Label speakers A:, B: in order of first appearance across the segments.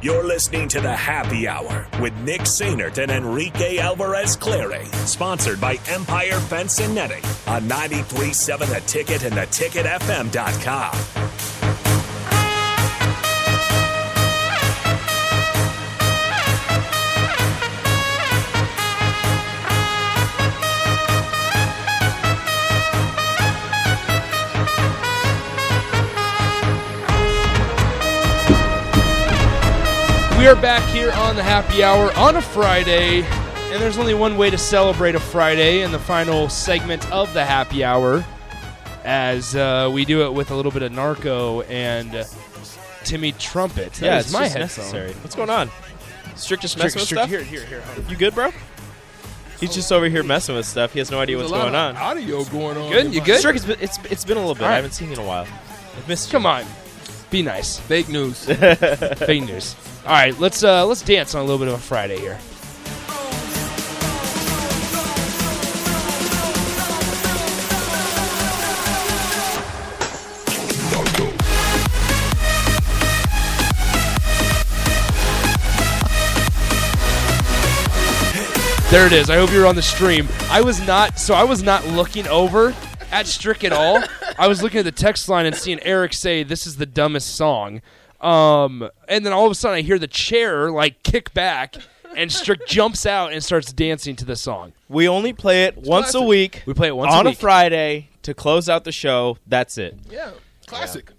A: You're listening to the Happy Hour with Nick Sainert and Enrique Alvarez Clary, sponsored by Empire Fence and Netting on 937 The Ticket and theticketfm.com.
B: We are back here on the happy hour on a Friday, and there's only one way to celebrate a Friday in the final segment of the happy hour, as uh, we do it with a little bit of Narco and uh, Timmy Trumpet. That
C: yeah,
B: is
C: it's
B: my
C: just
B: headphone.
C: necessary. What's going on? Strict just messing
B: Strict- strict-
C: with stuff.
B: Here, here, here. hold on.
C: You good, bro? He's just over here messing with stuff. He has no idea
D: There's
C: what's
D: a lot
C: going
D: of
C: on.
D: Audio going on.
B: Good?
D: in
B: You
D: my-
B: good?
C: Strict, it's been, it's, it's been a little bit.
B: All right.
C: I haven't seen you in a while. I've missed you.
B: Come on, be nice.
D: Fake news.
B: Fake news. All right, let's uh, let's dance on a little bit of a Friday here. There it is. I hope you're on the stream. I was not, so I was not looking over at Strick at all. I was looking at the text line and seeing Eric say, "This is the dumbest song," um, and then all of a sudden I hear the chair like kick back, and Strick jumps out and starts dancing to the song.
C: We only play it once a
D: classic.
C: week.
B: We play it once
C: on
B: a
C: a,
B: week.
C: Friday to close out the show. That's it.
D: yeah, classic.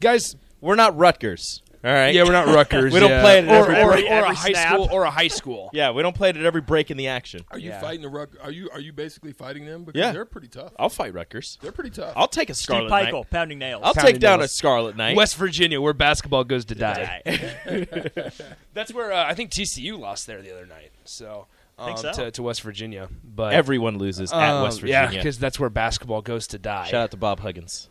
B: Guys,
C: We're not Rutgers. All right.
B: yeah, we're not Rutgers.
C: We don't
B: yeah.
C: play it at
B: or,
C: every
B: or,
C: break,
B: or a
C: every
B: high
C: snap.
B: school or a high school.
C: Yeah, we don't play it at every break in the action.
D: Are you
B: Yeah.
D: fighting the rug? Are you are you basically fighting them? Because
C: Yeah. Uh,
D: they're pretty tough.
C: I'll fight Rutgers.
D: They're pretty tough.
C: I'll take a
E: Steve
C: Scarlet Knight.
E: Peichel, pounding nails.
C: I'll
B: Pounding
C: take down
B: nails.
C: a Scarlet Knight.
B: West Virginia, where basketball goes to die.
C: Die.
B: That's where uh, I think TCU lost there the other night. So, um,
E: Think so?
B: to, to West Virginia, but
C: Everyone loses at
B: Um,
C: West
B: Yeah,
C: Virginia.
B: because that's where basketball goes to die.
C: Shout out to Bob Huggins.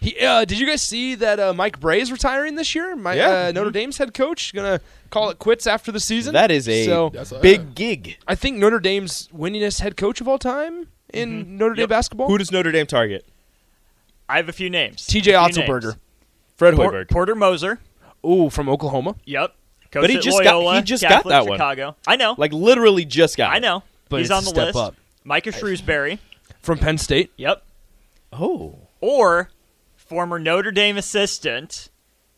B: He, uh, did you guys see that uh, Mike Bray is retiring this year? My,
C: Yeah. Mm-hmm.
B: uh, Notre Dame's head coach gonna call it quits after the season.
C: That is a
B: so.
D: That's all
C: big
D: right.
C: gig.
B: I think Notre Dame's winningest head coach of all time in Notre Dame basketball.
C: Mm-hmm. Who does Notre Dame target?
E: I have a few names.
B: T.J.
E: A few names.
B: Otzelberger.
C: Fred
E: Por-
C: Hoiberg.
E: Porter Moser.
B: Ooh, from Oklahoma.
E: Yep. Coach
C: But he
E: at
C: just got-
E: Loyola,
C: he just got
E: Catholic
C: that one.
E: Chicago. I know.
C: like literally just got.
E: I
C: it.
E: know.
B: But
E: He's
B: it's a
E: on the
B: step
E: list.
B: up.
E: Micah Shrewsbury.
B: From Penn State.
E: Yep.
C: Oh,
E: Or former Notre Dame assistant,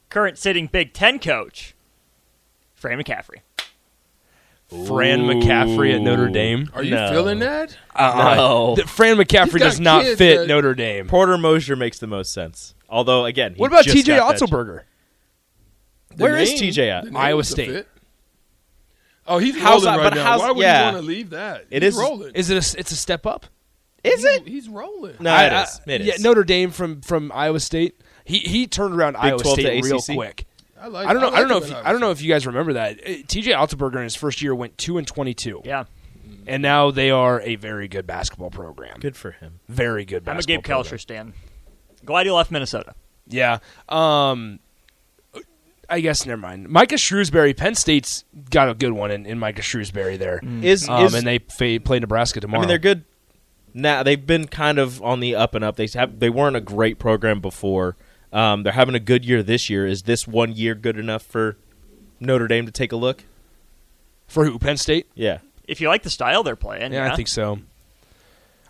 E: current sitting Big Ten coach, Fran McCaffrey.
B: Fran McCaffrey at Notre Dame.
D: Are you
C: No.
D: feeling that?
B: Uh,
C: No.
B: th- Fran
D: He's
B: McCaffrey
D: got
B: does not
D: kids
B: fit
D: that-
B: Notre Dame.
C: Porter Mosier makes the most sense. Although again, he
B: What about
C: just
B: T.J.
C: got that-
B: Otzelberger?
C: Where is
D: name-
C: TJ at?
D: the
B: Iowa
D: name's a
B: State.
D: fit. Oh, he's
C: Uh, How's
D: rolling
C: that-
D: right
C: but
D: now.
C: how's-
D: Why would
C: yeah.
D: you want to leave that?
C: It
D: he's
C: is-
D: rolling.
B: Is it? A, s- it's a step up.
C: Is
D: He's-
C: it?
D: He's rolling.
C: No,
B: I-
C: it
B: I-
C: is. It is.
B: Yeah, Notre Dame from from Iowa State. He he turned around Iowa
C: 12 to
B: State real
C: ACC.
B: quick.
D: I, like,
B: I don't know. I,
D: like
B: don't know
D: him
B: if
D: at
B: you,
D: Iowa
B: I don't know
D: State.
B: if you guys remember that. Uh, T.J. Altenberger in his first year went two and twenty-two,
E: Yeah.
B: and now they are a very good basketball program.
C: Good for him.
B: very good.
E: I'm a
B: basketball
E: Gabe
B: program.
E: Kalsher stan. Glad you left Minnesota.
B: Yeah. Um, I guess never mind. Micah Shrewsbury, Penn State's got a good one in, in Micah Shrewsbury there,
C: Is
B: um,
C: is
B: and they fa- play Nebraska
C: I
B: tomorrow.
C: mean they're good. Now they've been kind of on the up and up. They have they weren't a great program before. Um, they're having a good year this year. Is this one year good enough for Notre Dame to take a look?
B: for who? Penn State.
C: Yeah.
E: If you like the style they're playing,
B: Yeah, I think so.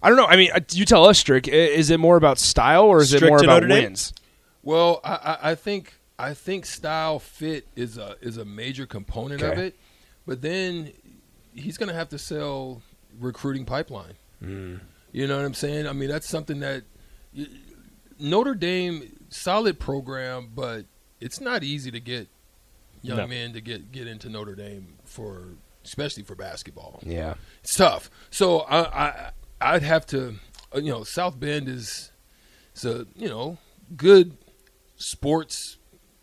B: I don't know. I mean, uh, you tell us, Strick. i- Is it more about style or is it
C: Strick
B: more
C: to
B: about
C: Notre Dame?
B: wins?
D: Well, I, I, I think I think style fit is a is a major component of
B: Okay.
D: it, but then he's going to have to sell recruiting pipeline. You know what I'm saying? I mean, that's something that y- Notre Dame solid program, but it's not easy to get young
C: No.
D: men to get get into Notre Dame for especially for basketball
B: Yeah.
D: it's tough. So I, I I'd have to, uh, you know, South Bend is, is a you know good sports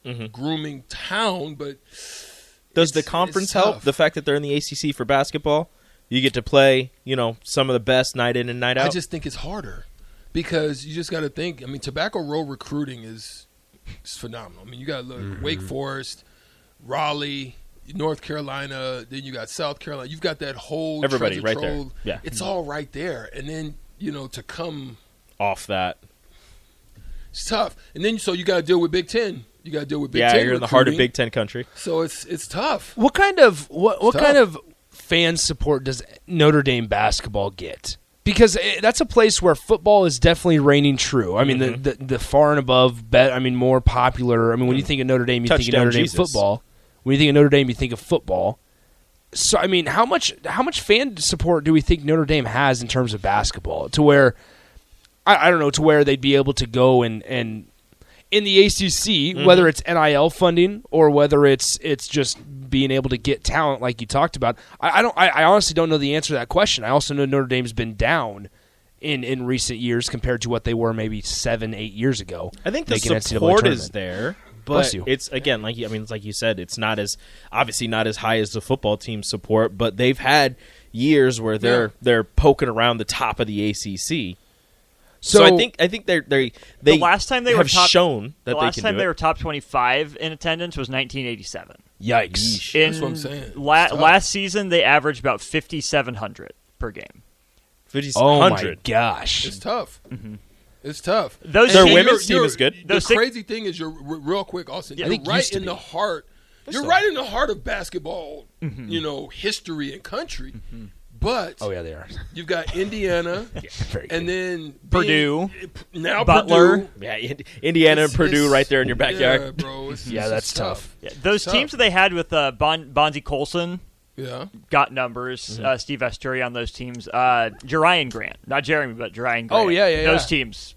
C: Mhm.
D: grooming town, but
C: Does
D: It's-
C: the conference
D: it's
C: help?
D: tough.
C: The fact that they're in the ACC for basketball, you get to play, you know, some of the best night in and night out.
D: I just think it's harder because you just got to think. I mean, Tobacco Road recruiting is, is phenomenal. I mean, you got to look
C: Mm-hmm.
D: Wake Forest, Raleigh, North Carolina, then you got South Carolina. You've got that whole
C: Everybody
D: treasure
C: right there.
D: trove.
C: Yeah.
D: it's all right there, and then you know to come
C: off that.
D: It's tough. And then so you got to deal with Big Ten. You got to deal with Big
C: yeah,
D: Ten
C: you're in the heart of
D: recruiting.
C: Big Ten country.
D: So it's it's tough.
B: What kind of what what
D: tough.
B: kind of fan support does Notre Dame basketball get? Because it, that's a place where football is definitely reigning true. I mean, the, the the far and above bet. I mean, more popular. I mean, when you think of Notre Dame, you think of
C: Touchdown
B: Notre
C: Jesus.
B: Dame football. When you think of Notre Dame, you think of football. So I mean, how much how much fan support do we think Notre Dame has in terms of basketball? To where I, I don't know to where they'd be able to go and and in the ACC,
C: Mm-hmm.
B: whether it's NIL funding or whether it's it's just being able to get talent like you talked about. I, I don't. I, I honestly don't know the answer to that question. I also know Notre Dame's been down in in recent years compared to what they were maybe seven eight years ago.
C: I think the
B: making NCAA
C: support is
B: tournament.
C: there,
B: Bless
C: but
B: you.
C: it's again like you- I mean, it's like you said, it's not as obviously not as high as the football team support, but they've had years where they're
D: Yeah.
C: they're poking around the top of the ACC.
B: So,
C: So, I think I think they're they they
E: the last time they
C: have
E: were top,
C: shown that
E: the last
C: they can
E: time
C: do
E: they
C: it.
E: were top 25 in attendance was 1987.
B: yikes.
E: In
D: That's what I'm saying.
E: La-
D: It's tough.
E: last season they averaged about 5700 per game.
C: 50s,
B: Oh
C: 100.
B: my gosh.
D: It's tough. It's tough.
E: Those
C: Mm-hmm. Their
E: teams-
C: women's team is good.
D: The
E: Those six-
D: crazy thing is, you're r- real quick, Austin.
B: I
D: You're
B: think it used
D: right
B: to
D: in the
B: be.
D: heart. You're right in the heart of basketball.
C: Mm-hmm.
D: You know, history and country. But
B: oh yeah, they are.
D: you've got Indiana,
B: Very
D: and then
E: Purdue,
D: being- now
E: Butler.
D: Purdue.
C: Yeah, Ind- Indiana
D: It's-
C: and Purdue
D: it's-
C: right there in your backyard.
D: yeah, bro. It's,
B: Yeah,
D: it's
B: that's
D: just
B: tough.
E: yeah, those
D: Tough.
E: teams that they had with uh, bon- Bonzi Colson
D: Yeah,
E: got numbers.
B: Mm-hmm.
E: Uh, Steve Asturi on those teams. Uh, Jerian Grant, not Jeremy, but Jerian Grant.
B: Oh, yeah, yeah,
E: Those
B: yeah.
E: teams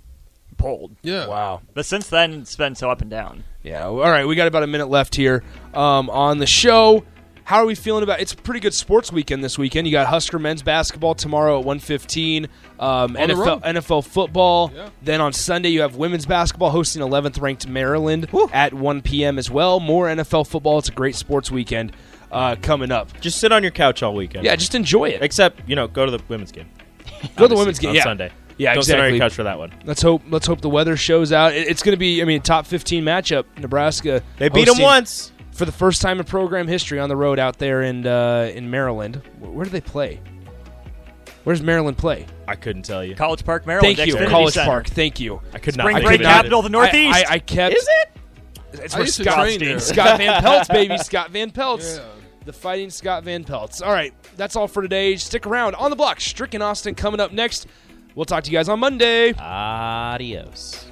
E: pulled.
D: yeah.
B: Wow.
E: But since then, it's been so up and down.
B: Yeah. All right, we got about a minute left here um, on the show. How are we feeling about? It's a pretty good sports weekend this weekend. You got Husker men's basketball tomorrow at 1:15. Um,
D: On the
B: NFL
D: road.
B: NFL football.
D: Yeah.
B: Then on Sunday you have women's basketball hosting 11th ranked Maryland at 1 p.m. as well. More NFL football. It's a great sports weekend uh, coming up.
C: Just sit on your couch all weekend.
B: Yeah, just enjoy it.
C: except you know, go to the women's game.
B: Go to the
C: Obviously,
B: women's game
C: on
B: yeah.
C: Sunday.
B: Yeah,
C: Don't sit on
B: exactly.
C: your couch for that one.
B: Let's hope. Let's hope the weather shows out. It- It's going to be. I mean, top 15 matchup. Nebraska.
C: They beat them
B: hosting-
C: once.
B: for the first time in program history on the road out there in uh, in Maryland. Where, where do they play? Where's Maryland play?
C: I couldn't tell you.
E: College Park, Maryland.
B: Thank you,
E: Xfinity
B: College
E: Center.
B: Park. Thank you.
C: I could
E: Spring
C: not.
E: break
C: think of
E: capital of the Northeast.
B: I, I kept.
C: Is it?
B: It's
D: I
B: where
D: used to
B: Scott,
D: train there.
B: Scott Van Pelt's baby. Scott Van Pelt's.
D: Yeah.
B: The fighting Scott Van Pelt's. All right, that's all for today. Stick around on the block. Strick and Austin coming up next. We'll talk to you guys on Monday.
C: Adios.